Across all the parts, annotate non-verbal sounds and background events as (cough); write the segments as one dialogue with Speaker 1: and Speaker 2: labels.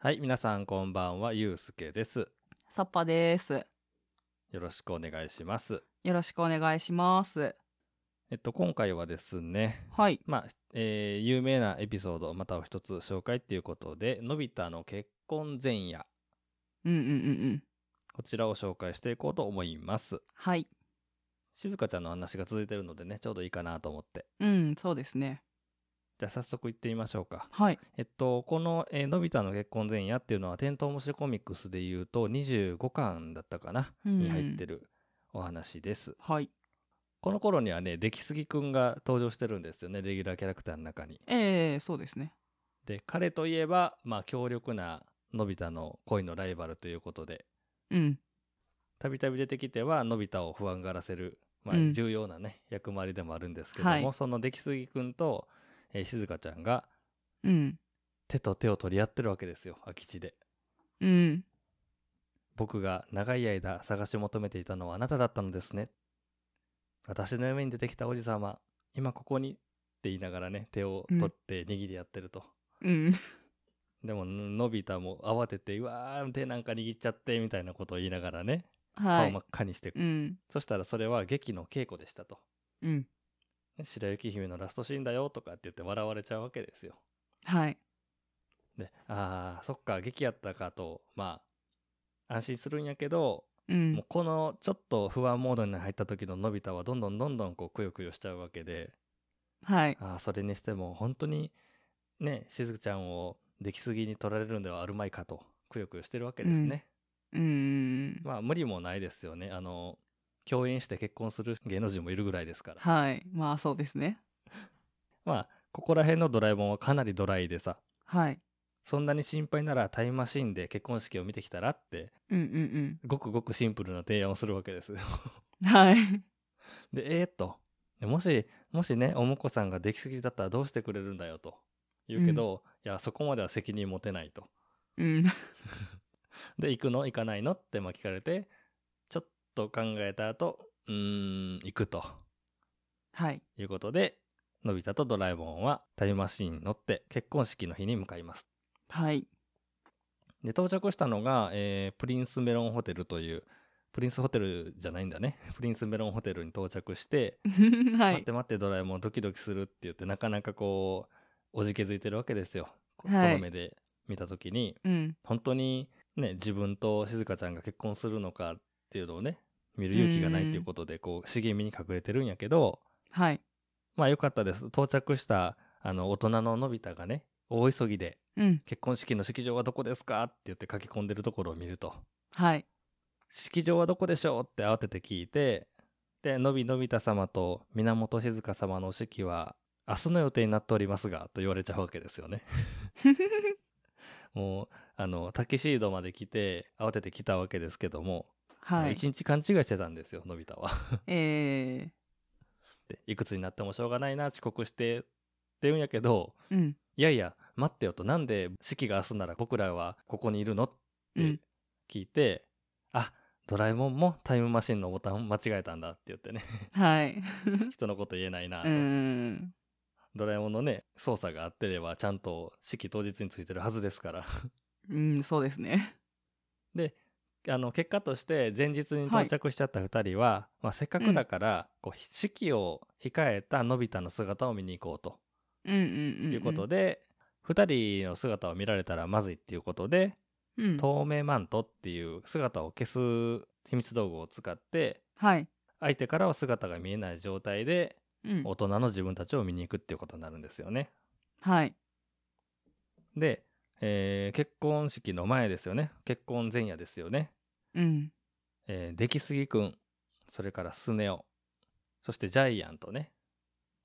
Speaker 1: はい、皆さんこんばんは、ゆうすけです。
Speaker 2: サッパです。
Speaker 1: よろしくお願いします。
Speaker 2: よろしくお願いします。
Speaker 1: えっと、今回はですね、
Speaker 2: はい。
Speaker 1: まあ、えー有名なエピソード、またを一つ紹介っていうことで、のび太の結婚前夜、
Speaker 2: うんうんうんうん。
Speaker 1: こちらを紹介していこうと思います。
Speaker 2: はい。
Speaker 1: しずかちゃんの話が続いてるのでね、ちょうどいいかなと思って。
Speaker 2: うん、そうですね。
Speaker 1: じゃあ早速行ってみましょうか。
Speaker 2: はい。
Speaker 1: えっと、この、えーのび太の結婚前夜っていうのは、テントウムシコミックスで言うと25巻だったかな、
Speaker 2: うん
Speaker 1: に入ってるお話です。
Speaker 2: はい。
Speaker 1: この頃にはね、出来すぎくんが登場してるんですよね、レギュラーキャラクターの中に。
Speaker 2: ええそうですね。
Speaker 1: で、彼といえば、まあ、強力なのび太の恋のライバルということで、
Speaker 2: うん。
Speaker 1: たびたび出てきては、のび太を不安がらせる、ま
Speaker 2: うん
Speaker 1: あ、重要なね、役回りでもあるんですけども、
Speaker 2: はい
Speaker 1: その出来すぎくんと、えー静香ちゃんが
Speaker 2: うん。
Speaker 1: 手と手を取り合ってるわけですよ、空き地で。
Speaker 2: うん。
Speaker 1: 僕が長い間探し求めていたのはあなただったのですね。私の夢に出てきたおじさま、今ここにって言いながらね、手を取って握りやってると。
Speaker 2: うん。
Speaker 1: でも、のび太も慌てて、うわー、手なんか握っちゃって、みたいなことを言いながらね、
Speaker 2: は
Speaker 1: 顔
Speaker 2: い
Speaker 1: 真っ。赤にして、
Speaker 2: うん。
Speaker 1: そしたらそれは劇の稽古でしたと。
Speaker 2: うん。
Speaker 1: ね白雪姫のラストシーンだよとかって言って笑われちゃうわけですよ。
Speaker 2: はい。
Speaker 1: で、あー、そっか、劇やったかと、まあ、安心するんやけど、
Speaker 2: う。
Speaker 1: もうんこのちょっと不安モードに入った時ののび太はどんどんどんどんこうくよくよしちゃうわけで
Speaker 2: はい。
Speaker 1: ああそれにしても本当にねしずくちゃんを出来すぎに取られるんではあるまいかとくよくよしてるわけですね、
Speaker 2: うん。
Speaker 1: まあ無理もないですよねあの共演して結婚する芸能人もいるぐらいですから
Speaker 2: はい。まあ、そうですね。
Speaker 1: まあここら辺のドラえもんはかなりドライでさ
Speaker 2: はい。
Speaker 1: そんなに心配ならタイムマシンで結婚式を見てきたらって
Speaker 2: うんうん
Speaker 1: ごくごくシンプルな提案をするわけです
Speaker 2: うん。はい。
Speaker 1: (laughs) で、えー、っと、でもし、もしね、お婿さんができすぎだったらどうしてくれるんだよと言うけど、いや、そこまでは責任持てないと。
Speaker 2: うん。
Speaker 1: で、行くの行かないのってまあ聞かれて、ちょっと考えた後、うーん、行くと
Speaker 2: はい。
Speaker 1: いうことで、のび太とドラえもんはタイムマシンに乗って結婚式の日に向かいます。
Speaker 2: はい。
Speaker 1: で、到着したのが、えープリンスメロンホテルという、プリンスホテルじゃないんだね。 (laughs) プリンスメロンホテルに到着して、
Speaker 2: は
Speaker 1: 待っ
Speaker 2: い
Speaker 1: て。待ってドラえもんドキドキするって言ってなかなかこうおじけづいてるわけですよ、こ
Speaker 2: はい
Speaker 1: この目で見た時に
Speaker 2: うん。
Speaker 1: 本当にね自分と静香ちゃんが結婚するのかっていうのをね見る勇気がないっていうことでこう茂みに隠れてるんやけど
Speaker 2: はい。
Speaker 1: まあよかったです到着したあの大人ののび太がね大急ぎで
Speaker 2: うん。
Speaker 1: 結婚式の式場はどこですかって言って書き込んでるところを見ると
Speaker 2: はい。
Speaker 1: 式場はどこでしょうって慌てて聞いてでのびのび太様と源静香様のお式は明日の予定になっておりますがと言われちゃうわけですよ
Speaker 2: (laughs)
Speaker 1: ねもうあのタキシードまで来て慌てて来たわけですけども
Speaker 2: はい。
Speaker 1: 一、日勘違いしてたんですよのび太は
Speaker 2: え
Speaker 1: でいくつになってもしょうがないな遅刻してって言うんやけど
Speaker 2: ー。うん。
Speaker 1: いやいや待ってよとなんで式が明日なら僕らはここにいるのっ
Speaker 2: う
Speaker 1: て
Speaker 2: ん。
Speaker 1: 聞いて、あドラえもんもタイムマシンのボタン間違えたんだって言って
Speaker 2: (laughs)
Speaker 1: ね
Speaker 2: はい。
Speaker 1: 人のこと言えないな
Speaker 2: う
Speaker 1: と、
Speaker 2: ん。
Speaker 1: ドラえもんのね操作があってればちゃんと式当日についてるはずですから (laughs)
Speaker 2: うん、そうですね。
Speaker 1: あの結果として前日に到着しちゃった2人は、まあ、せっかくだから、こう式を控えたのび太の姿を見に行こうと
Speaker 2: うんうんうん。
Speaker 1: いうこと。で、2人の姿を見られたらまずいっていうことで、
Speaker 2: うん。
Speaker 1: 透明マントっていう姿を消す秘密道具を使って
Speaker 2: はい。
Speaker 1: 相手からは姿が見えない状態で
Speaker 2: うん。
Speaker 1: 大人の自分たちを見に行くっていうことになるんですよね。
Speaker 2: はい。
Speaker 1: で、えー結婚式の前ですよね結婚前夜ですよね。
Speaker 2: うん。
Speaker 1: えー出来すぎくんそれからスネ夫そしてジャイアンとね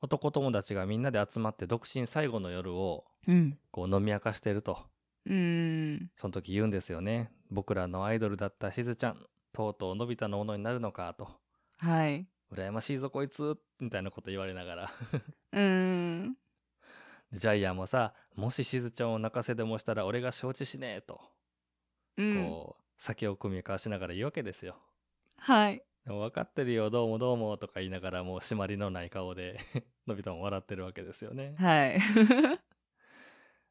Speaker 1: 男友達がみんなで集まって独身最後の夜を
Speaker 2: うん。
Speaker 1: こう飲み明かしてると
Speaker 2: うん。
Speaker 1: その時言うんですよね僕らのアイドルだったしずちゃんとうとうのび太のものになるのかと
Speaker 2: はい。
Speaker 1: 羨ましいぞこいつみたいなこと言われながら (laughs)
Speaker 2: うん。
Speaker 1: ジャイアンもさもししずちゃんを泣かせでもしたら俺が承知しねえと、
Speaker 2: うん。
Speaker 1: こう酒を酌み交わしながら言うわけですよ
Speaker 2: はい。
Speaker 1: でも分かってるよどうもどうもとか言いながらもう (laughs) 締まりのない顔でのび太も笑ってるわけですよね
Speaker 2: はい。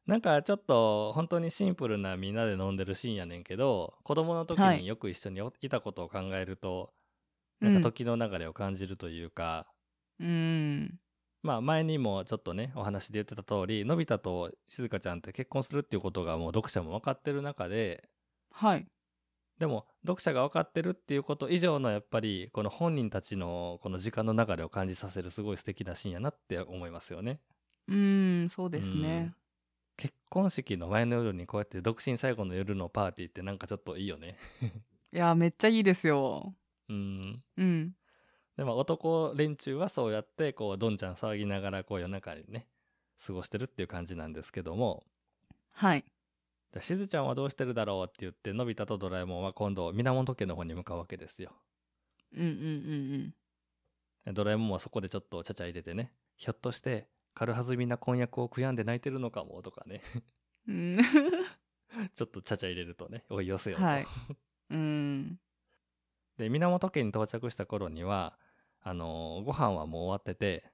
Speaker 1: なんかちょっと本当にシンプルなみんなで飲んでるシーンやねんけど子供の時
Speaker 2: は
Speaker 1: に
Speaker 2: い
Speaker 1: よく一緒においたことを考えると、
Speaker 2: う
Speaker 1: なん
Speaker 2: ん
Speaker 1: か時の流れを感じるというか、
Speaker 2: うん
Speaker 1: まあ前にもちょっとねお話で言ってた通りのび太としずかちゃんって結婚するっていうことがもう読者も分かってる中で
Speaker 2: はい
Speaker 1: でも読者が分かってるっていうこと以上のやっぱりこの本人たちのこの時間の流れを感じさせるすごい素敵なシーンやなって思いますよね。
Speaker 2: うんそうです
Speaker 1: う
Speaker 2: ね
Speaker 1: ん。結婚式の前の夜にこうやって独身最後の夜のパーティーってなんかちょっといいよね。
Speaker 2: いやめっちゃいいですよ。
Speaker 1: うん。
Speaker 2: うん
Speaker 1: でも男連中はそうやってこうどんちゃん騒ぎながらこう夜中にね過ごしてるっていう感じなんですけども。
Speaker 2: はい
Speaker 1: じゃあしずちゃんはどうしてるだろうって言ってのび太とドラえもんは今度源家の方に向かうわけですよ。
Speaker 2: うんうんうん
Speaker 1: ドラえもんはそこでちょっとちゃちゃ入れてねひょっとして軽はずみな婚約を悔やんで泣いてるのかもとかね (laughs)
Speaker 2: うん
Speaker 1: ちょっとちゃちゃ入れるとねおいよせよ
Speaker 2: うん
Speaker 1: と、
Speaker 2: (laughs) はいうん
Speaker 1: で源家に到着した頃にはあのーご飯はもう終わってて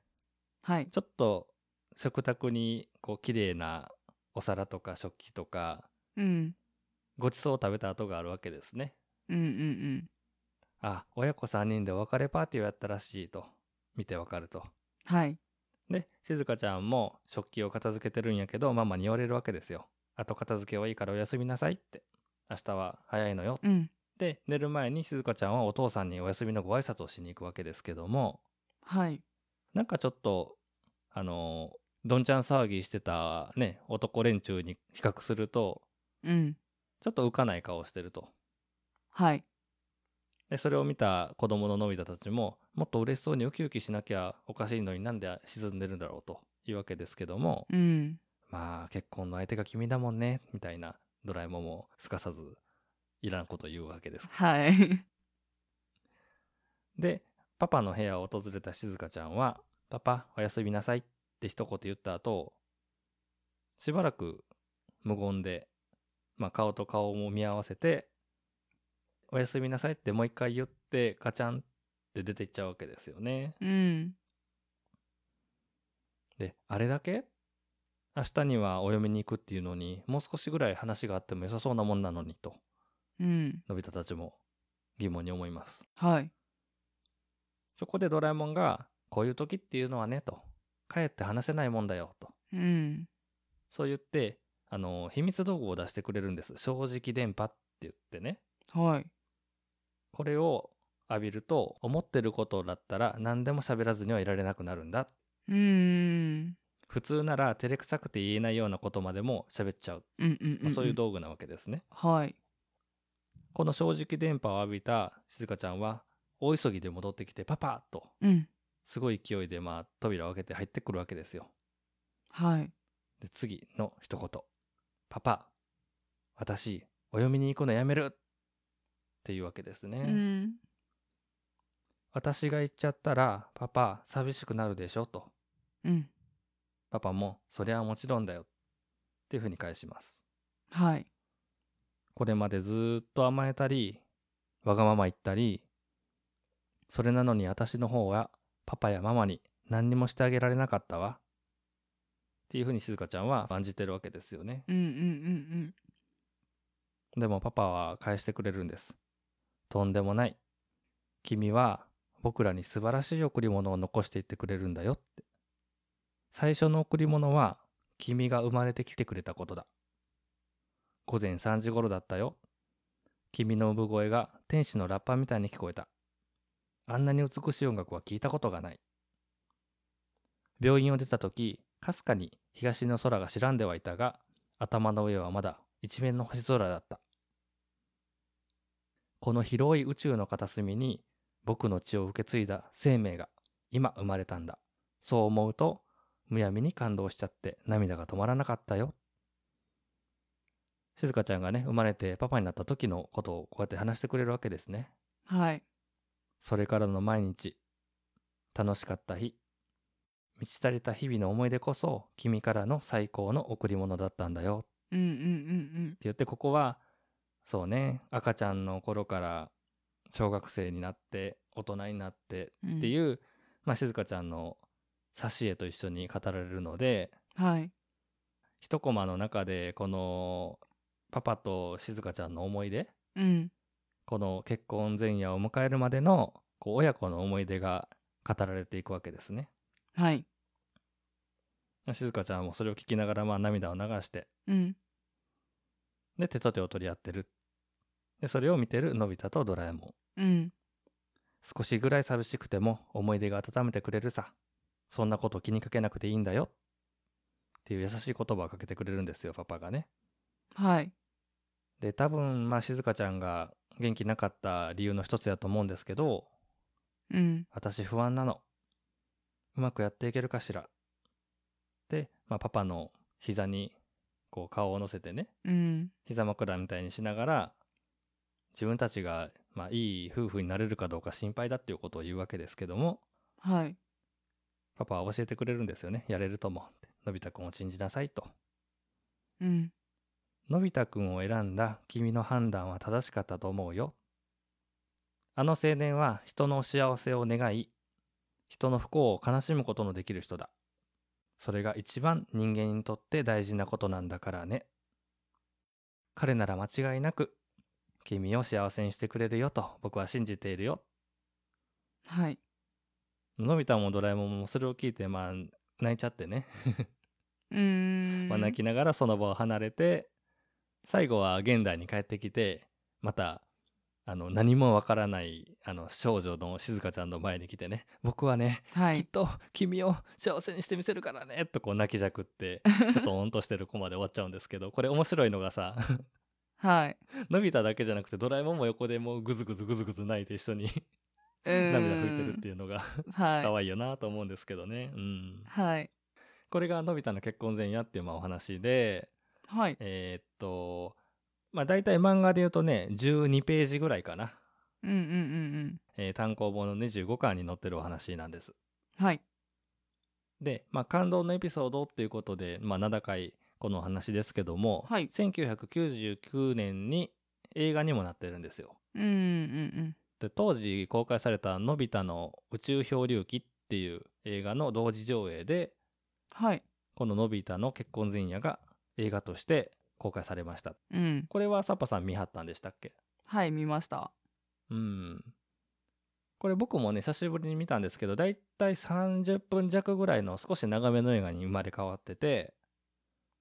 Speaker 2: はい
Speaker 1: ちょっと食卓にこう綺麗なお皿とか食器とか
Speaker 2: うん
Speaker 1: ごちそうを食べた跡があるわけですね
Speaker 2: うんうん
Speaker 1: あ親子3人でお別れパーティーをやったらしいと見てわかると
Speaker 2: うんはい
Speaker 1: で静香ちゃんも食器を片付けてるんやけどママに言われるわけですよ後片付けはいいからおやすみなさいって明日は早いのよっ
Speaker 2: うん
Speaker 1: て寝る前に静香ちゃんはお父さんにお休みのご挨拶をしに行くわけですけども
Speaker 2: はい
Speaker 1: なんかちょっとあのーどんちゃん騒ぎしてたね男連中に比較すると
Speaker 2: うん
Speaker 1: ちょっと浮かない顔してると
Speaker 2: はい
Speaker 1: でそれを見た子供ののび太たちももっと嬉しそうにウキウキしなきゃおかしいのになんで沈んでるんだろうというわけですけども、
Speaker 2: うん
Speaker 1: まあ結婚の相手が君だもんねみたいなドラえもんもすかさずいらんこと言うわけです。
Speaker 2: はい
Speaker 1: でパパの部屋を訪れた静香ちゃんは「パパおやすみなさい」って一言言った後しばらく無言で、まあ、顔と顔も見合わせて「おやすみなさい」ってもう一回言ってカチャンって出ていっちゃうわけですよね。
Speaker 2: うん
Speaker 1: であれだけ明日にはお嫁に行くっていうのにもう少しぐらい話があっても良さそうなもんなのにと。
Speaker 2: うん
Speaker 1: のび太たちも疑問に思います
Speaker 2: はい
Speaker 1: そこでドラえもんが「こういう時っていうのはね」と「帰って話せないもんだよ」と
Speaker 2: うん
Speaker 1: そう言ってあの秘密道具を出してくれるんです「正直電波」って言ってね
Speaker 2: はい
Speaker 1: これを浴びると思ってることだったら何でも喋らずにはいられなくなるんだ
Speaker 2: うんうん
Speaker 1: 普通なら照れくさくて言えないようなことまでも喋っちゃう、
Speaker 2: うんうん
Speaker 1: まあ
Speaker 2: ん
Speaker 1: そういう道具なわけですね
Speaker 2: はい
Speaker 1: この正直電波を浴びた静香ちゃんは大急ぎで戻ってきて「パパ!」と
Speaker 2: うん
Speaker 1: すごい勢いでまあ扉を開けて入ってくるわけですよ
Speaker 2: はい
Speaker 1: で次の一言「パパ私お嫁に行くのやめる」っていうわけですね、
Speaker 2: うん
Speaker 1: 私が行っちゃったらパパ寂しくなるでしょと
Speaker 2: うん
Speaker 1: パパもそりゃもちろんだよっていうふうに返します
Speaker 2: はい
Speaker 1: これまでずーっと甘えたりわがまま言ったりそれなのに私の方はパパやママに何にもしてあげられなかったわっていうふうに静香ちゃんは感じてるわけですよね、
Speaker 2: うんうんうん
Speaker 1: でもパパは返してくれるんです。とんでもない。君は僕らに素晴らしい贈り物を残していってくれるんだよって。最初の贈り物は君が生まれてきてくれたことだ。午前3時頃だったよ。君の産声が天使のラッパみたいに聞こえた。あんなに美しい音楽は聞いたことがない。病院を出た時、かすかに東の空が白んではいたが、頭の上はまだ一面の星空だった。この広い宇宙の片隅に僕の血を受け継いだ生命が今生まれたんだ。そう思うとむやみに感動しちゃって涙が止まらなかったよ。静香ちゃんがね生まれてパパになった時のことをこうやって話してくれるわけですね。
Speaker 2: うんはい
Speaker 1: それからの毎日、楽しかった日、満ち足りた日々の思い出こそ君からの最高の贈り物だったんだよ。
Speaker 2: うんうんうん
Speaker 1: って言ってここはそうね赤ちゃんの頃から小学生になって大人になって
Speaker 2: うん
Speaker 1: っていう、まあ、静香ちゃんの挿絵と一緒に語られるので
Speaker 2: はい
Speaker 1: 一コマの中でこのパパと静香ちゃんの思い出
Speaker 2: うん
Speaker 1: この結婚前夜を迎えるまでのこう親子の思い出が語られていくわけですね。
Speaker 2: はい
Speaker 1: 静香ちゃんもそれを聞きながらまあ涙を流して
Speaker 2: うん
Speaker 1: で手と手を取り合ってるでそれを見てるのび太とドラえもん
Speaker 2: うん
Speaker 1: 少しぐらい寂しくても思い出が温めてくれるさそんなこと気にかけなくていいんだよっていう優しい言葉をかけてくれるんですよパパがね
Speaker 2: はい
Speaker 1: で多分まあ静香ちゃんが元気なかった理由の一つやと思うんですけど
Speaker 2: うん
Speaker 1: 私不安なのうまくやっていけるかしらで、まあ、パパの膝にこう顔を乗せてね
Speaker 2: うん
Speaker 1: 膝枕みたいにしながら自分たちが、まあ、いい夫婦になれるかどうか心配だっていうことを言うわけですけども
Speaker 2: はい
Speaker 1: パパは教えてくれるんですよねやれるともってのび太くんを信じなさいと
Speaker 2: うん
Speaker 1: のび太くんを選んだ君の判断は正しかったと思うよあの青年は人の幸せを願い人の不幸を悲しむことのできる人だそれが一番人間にとって大事なことなんだからね彼なら間違いなく君を幸せにしてくれるよと僕は信じているよ
Speaker 2: はい
Speaker 1: のび太もドラえもんもそれを聞いてまあ泣いちゃってね
Speaker 2: うーん
Speaker 1: まあ、泣きながらその場を離れて最後は現代に帰ってきてまたあの何もわからないあの少女の静香ちゃんの前に来てね「僕はね、
Speaker 2: は
Speaker 1: きっ
Speaker 2: い
Speaker 1: と君を幸せにしてみせるからね」とこう泣きじゃくって
Speaker 2: (laughs)
Speaker 1: ちょっとオンとしてる子まで終わっちゃうんですけどこれ面白いのがさ (laughs)
Speaker 2: はい
Speaker 1: のび太だけじゃなくてドラえもんも横でもうグズグズグズグズ泣いて一緒に涙拭いてるって
Speaker 2: い
Speaker 1: いうのが
Speaker 2: うーんはい
Speaker 1: 可愛いよなと思うんですけどね、うん、
Speaker 2: はい
Speaker 1: これがのび太の結婚前夜っていうまあお話で
Speaker 2: はい
Speaker 1: えーっと、まあ大体漫画で言うとね、12ページぐらいかな。
Speaker 2: うんうんうん
Speaker 1: えー単行本の25巻に載ってるお話なんです。
Speaker 2: うんはい
Speaker 1: で、まあ感動のエピソードっていうことで、まあ名高いこのお話ですけども、
Speaker 2: はい
Speaker 1: 1999年に映画にもなってるんですよ。
Speaker 2: うんうんうん
Speaker 1: で、当時公開されたのび太の宇宙漂流記っていう映画の同時上映で、
Speaker 2: はい
Speaker 1: こののび太の結婚前夜が映画として公開されました。
Speaker 2: うん
Speaker 1: これはサッパさん見張ったんでしたっけ
Speaker 2: はい見ました
Speaker 1: うん。これ僕もね、久しぶりに見たんですけど、だいたい30分弱ぐらいの少し長めの映画に生まれ変わってて、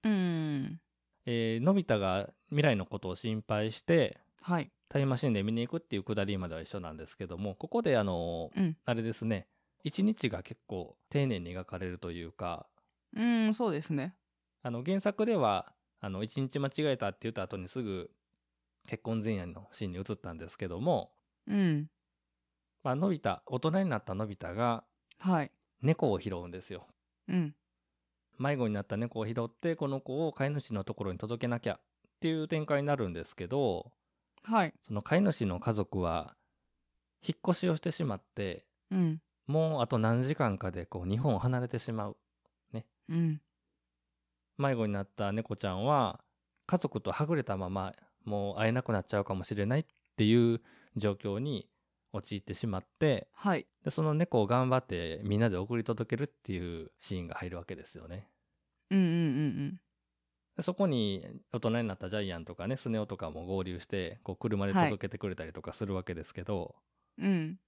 Speaker 2: うーん
Speaker 1: えーのび太が未来のことを心配して、
Speaker 2: はい
Speaker 1: タイムマシンで見に行くっていうくだりまでは一緒なんですけども、ここであの、
Speaker 2: うん
Speaker 1: あれですね、一日が結構丁寧に描かれるというか、
Speaker 2: うーんそうですね
Speaker 1: あの原作では、あの、一日間違えたって言った後にすぐ結婚前夜のシーンに移ったんですけども、
Speaker 2: うん
Speaker 1: まあ、のび太、大人になったのび太が
Speaker 2: はい
Speaker 1: 猫を拾うんですよ。
Speaker 2: うん
Speaker 1: 迷子になった猫を拾ってこの子を飼い主のところに届けなきゃっていう展開になるんですけど
Speaker 2: はい
Speaker 1: その飼い主の家族は引っ越しをしてしまって
Speaker 2: うん
Speaker 1: もうあと何時間かでこう日本を離れてしまう
Speaker 2: うん
Speaker 1: 迷子になった猫ちゃんは家族とはぐれたままもう会えなくなっちゃうかもしれないっていう状況に陥ってしまって
Speaker 2: はい
Speaker 1: でその猫を頑張ってみんなで送り届けるっていうシーンが入るわけですよね。
Speaker 2: うんうんうん
Speaker 1: でそこに大人になったジャイアンとかねスネ夫とかも合流してこう車で届けてくれたりとかするわけですけど、
Speaker 2: うんうん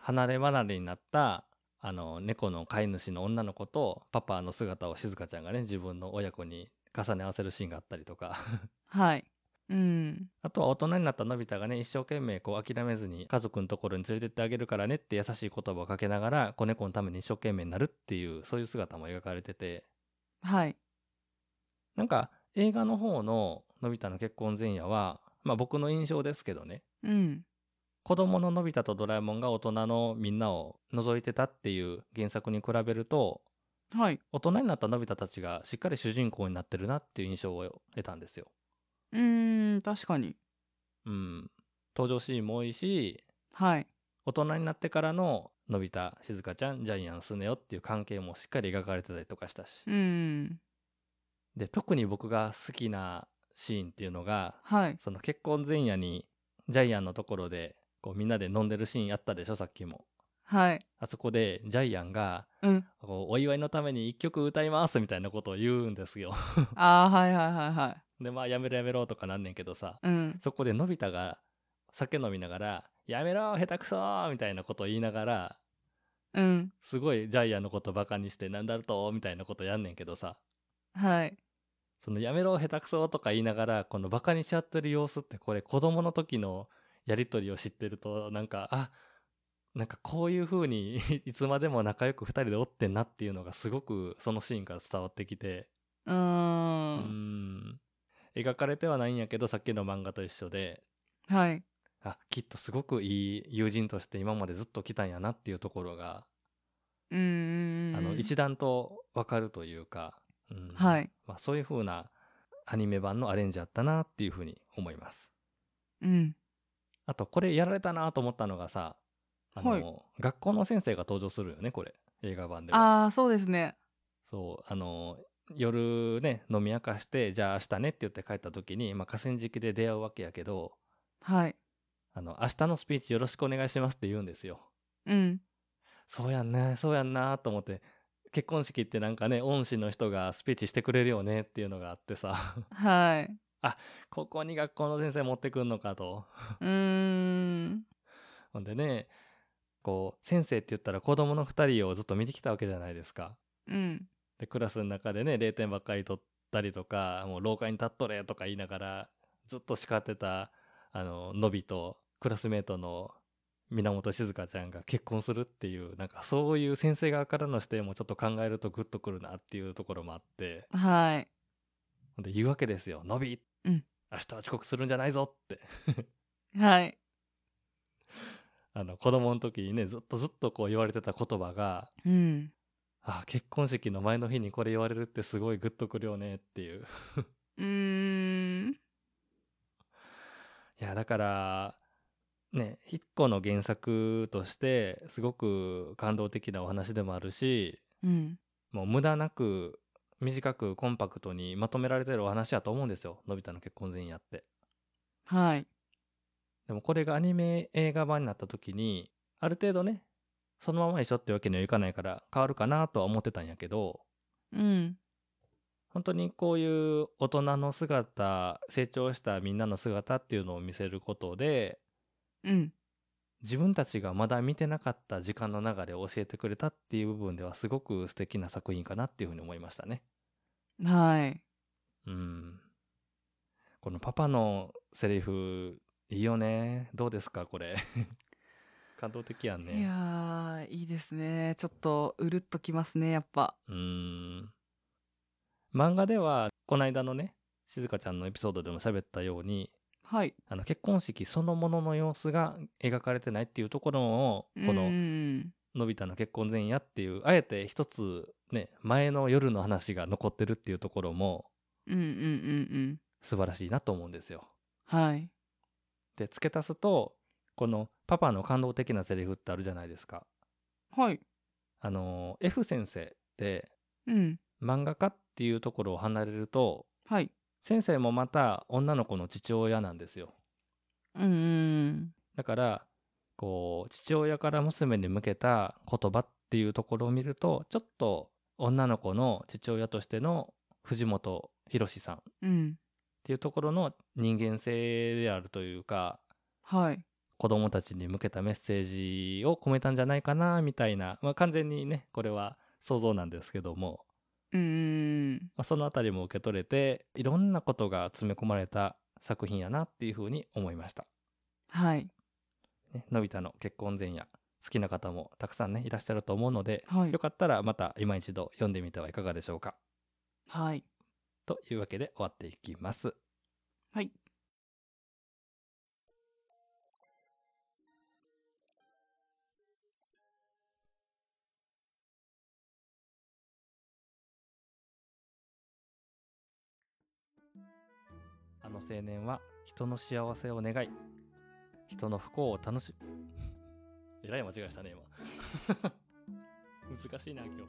Speaker 1: 離れ離れになったあの猫の飼い主の女の子とパパの姿を静香ちゃんがね自分の親子に重ね合わせるシーンがあったりとか (laughs)
Speaker 2: はいうん
Speaker 1: あとは大人になったのび太がね一生懸命こう諦めずに家族のところに連れてってあげるからねって優しい言葉をかけながら子猫のために一生懸命になるっていうそういう姿も描かれてて
Speaker 2: はい
Speaker 1: なんか映画の方ののび太の結婚前夜は、まあ、僕の印象ですけどね
Speaker 2: うん
Speaker 1: 子供ののび太とドラえもんが大人のみんなを覗いてたっていう原作に比べると
Speaker 2: はい
Speaker 1: 大人になったのび太たちがしっかり主人公になってるなっていう印象を得たんですよ。
Speaker 2: うーん確かに
Speaker 1: うん、登場シーンも多いし
Speaker 2: はい
Speaker 1: 大人になってからののび太静香ちゃんジャイアンスネ夫っていう関係もしっかり描かれてたりとかしたし、
Speaker 2: うん
Speaker 1: で特に僕が好きなシーンっていうのが
Speaker 2: はい
Speaker 1: その結婚前夜にジャイアンのところでこうみんなで飲んでるシーンあったでしょさっきも。
Speaker 2: はい。
Speaker 1: あそこでジャイアンが
Speaker 2: (laughs) うん。
Speaker 1: こうお祝いのために一曲歌いますみたいなことを言うんですよ。 (laughs)
Speaker 2: ああ、はいはいはいは
Speaker 1: でまあやめろやめろとかなんねんけどさ
Speaker 2: い。うん。
Speaker 1: そこでのび太が酒飲みながら「やめろ下手くそ!」みたいなことを言いながら
Speaker 2: うん。
Speaker 1: すごいジャイアンのことバカにして「なんだと!」みたいなことやんねんけどさ
Speaker 2: はい。
Speaker 1: その「やめろ下手くそ!」とか言いながらこのバカにしちゃってる様子ってこれ子供の時のやり取りを知ってるとなんかあなんかこういう風に (laughs) いつまでも仲良く2人でおってんなっていうのがすごくそのシーンから伝わってきて
Speaker 2: うー。
Speaker 1: うんん描かれてはないんやけどさっきの漫画と一緒で
Speaker 2: はい。
Speaker 1: あきっとすごくいい友人として今までずっと来たんやなっていうところが、
Speaker 2: うーん。
Speaker 1: あの一段と分かるというか、うん
Speaker 2: はい。
Speaker 1: まあ、そういう風なアニメ版のアレンジあったなっていう風に思います
Speaker 2: うん。
Speaker 1: あとこれやられたなと思ったのがさあの、
Speaker 2: はい
Speaker 1: 学校の先生が登場するよねこれ映画版でも
Speaker 2: ああ、そうですね。
Speaker 1: そうあの夜ね飲み明かしてじゃあ明日ねって言って帰った時に、まあ、河川敷で出会うわけやけど
Speaker 2: はい。
Speaker 1: あの明日のスピーチよろしくお願いしますって言うんですよ
Speaker 2: うん。
Speaker 1: そうやんね、そうやんなと思って、結婚式ってなんかね、恩師の人がスピーチしてくれるよねっていうのがあってさ、 (laughs)
Speaker 2: はい。
Speaker 1: ここに学校の先生持ってくんのかと。
Speaker 2: うーん。
Speaker 1: ほんでね、こう、先生って言ったら子供の2人をずっと見てきたわけじゃないですか。
Speaker 2: うん。
Speaker 1: で、クラスの中でね、0点ばっかり取ったりとか、もう廊下に立っとれとか言いながら、ずっと叱ってた、あの、のびと、クラスメートの源静香ちゃんが結婚するっていう、なんかそういう先生側からの視点もちょっと考えるとグッとくるなっていうところもあって、
Speaker 2: はい。
Speaker 1: ほんで言うわけですよ、のび、
Speaker 2: うん
Speaker 1: 明日は遅刻するんじゃないぞって。
Speaker 2: はい。
Speaker 1: あの、子供の時にね、ずっとずっとこう言われてた言葉が、
Speaker 2: うん。
Speaker 1: あ、結婚式の前の日にこれ言われるってすごいグッとくるよねっていう。
Speaker 2: うーん。
Speaker 1: いやだからね一個の原作としてすごく感動的なお話でもあるし
Speaker 2: うん。
Speaker 1: もう無駄なく短くコンパクトにまとめられてるお話やと思うんですよのび太の結婚前夜って
Speaker 2: はい。
Speaker 1: でもこれがアニメ映画版になった時にある程度ねそのまま一緒ってわけにはいかないから変わるかなとは思ってたんやけど
Speaker 2: うん。
Speaker 1: 本当にこういう大人の姿成長したみんなの姿っていうのを見せることで
Speaker 2: うん。
Speaker 1: 自分たちがまだ見てなかった時間の流れを教えてくれたっていう部分ではすごく素敵な作品かなっていうふうに思いましたね。
Speaker 2: はい。
Speaker 1: うん。このパパのセリフいいよね。どうですかこれ。 (laughs) 感動的やん
Speaker 2: いや
Speaker 1: ね。
Speaker 2: ー、いいですね。ちょっと、うるっときますね、やっぱ。
Speaker 1: うん。漫画ではこの間のね、静香ちゃんのエピソードでも喋ったように、
Speaker 2: はい。
Speaker 1: あの結婚式そのものの様子が描かれてないっていうところをこの
Speaker 2: うん。
Speaker 1: のび太の結婚前夜っていうあえて一つね前の夜の話が残ってるっていうところも
Speaker 2: うんうんうんうん。
Speaker 1: 素晴らしいなと思うんですよ。
Speaker 2: はい。
Speaker 1: で付け足すとこのパパの感動的なセリフってあるじゃないですか。
Speaker 2: はい。
Speaker 1: あの F 先生って
Speaker 2: うん。
Speaker 1: 漫画家っていうところを離れると
Speaker 2: はい。
Speaker 1: 先生もまた女の子の父親なんですよ。
Speaker 2: うんうん。
Speaker 1: だからこう父親から娘に向けた言葉っていうところを見るとちょっと女の子の父親としての藤本博さんっ
Speaker 2: うん。
Speaker 1: ていうところの人間性であるというか
Speaker 2: はい。
Speaker 1: 子供たちに向けたメッセージを込めたんじゃないかなみたいな、まあ、完全にねこれは想像なんですけども、
Speaker 2: うんうん
Speaker 1: まあ、そのあたりも受け取れていろんなことが詰め込まれた作品やなっていうふうに思いました。
Speaker 2: うん。はい。
Speaker 1: ね、のび太の結婚前夜好きな方もたくさんねいらっしゃると思うので、
Speaker 2: はい
Speaker 1: よ。かったらまた今一度読んでみてはいかがでしょうか
Speaker 2: はい。
Speaker 1: というわけで終わっていきます
Speaker 2: はい
Speaker 1: あの青年は人の幸せを願い人の不幸を楽し (laughs) むえらい間違いしたね今 (laughs) 難しいな今日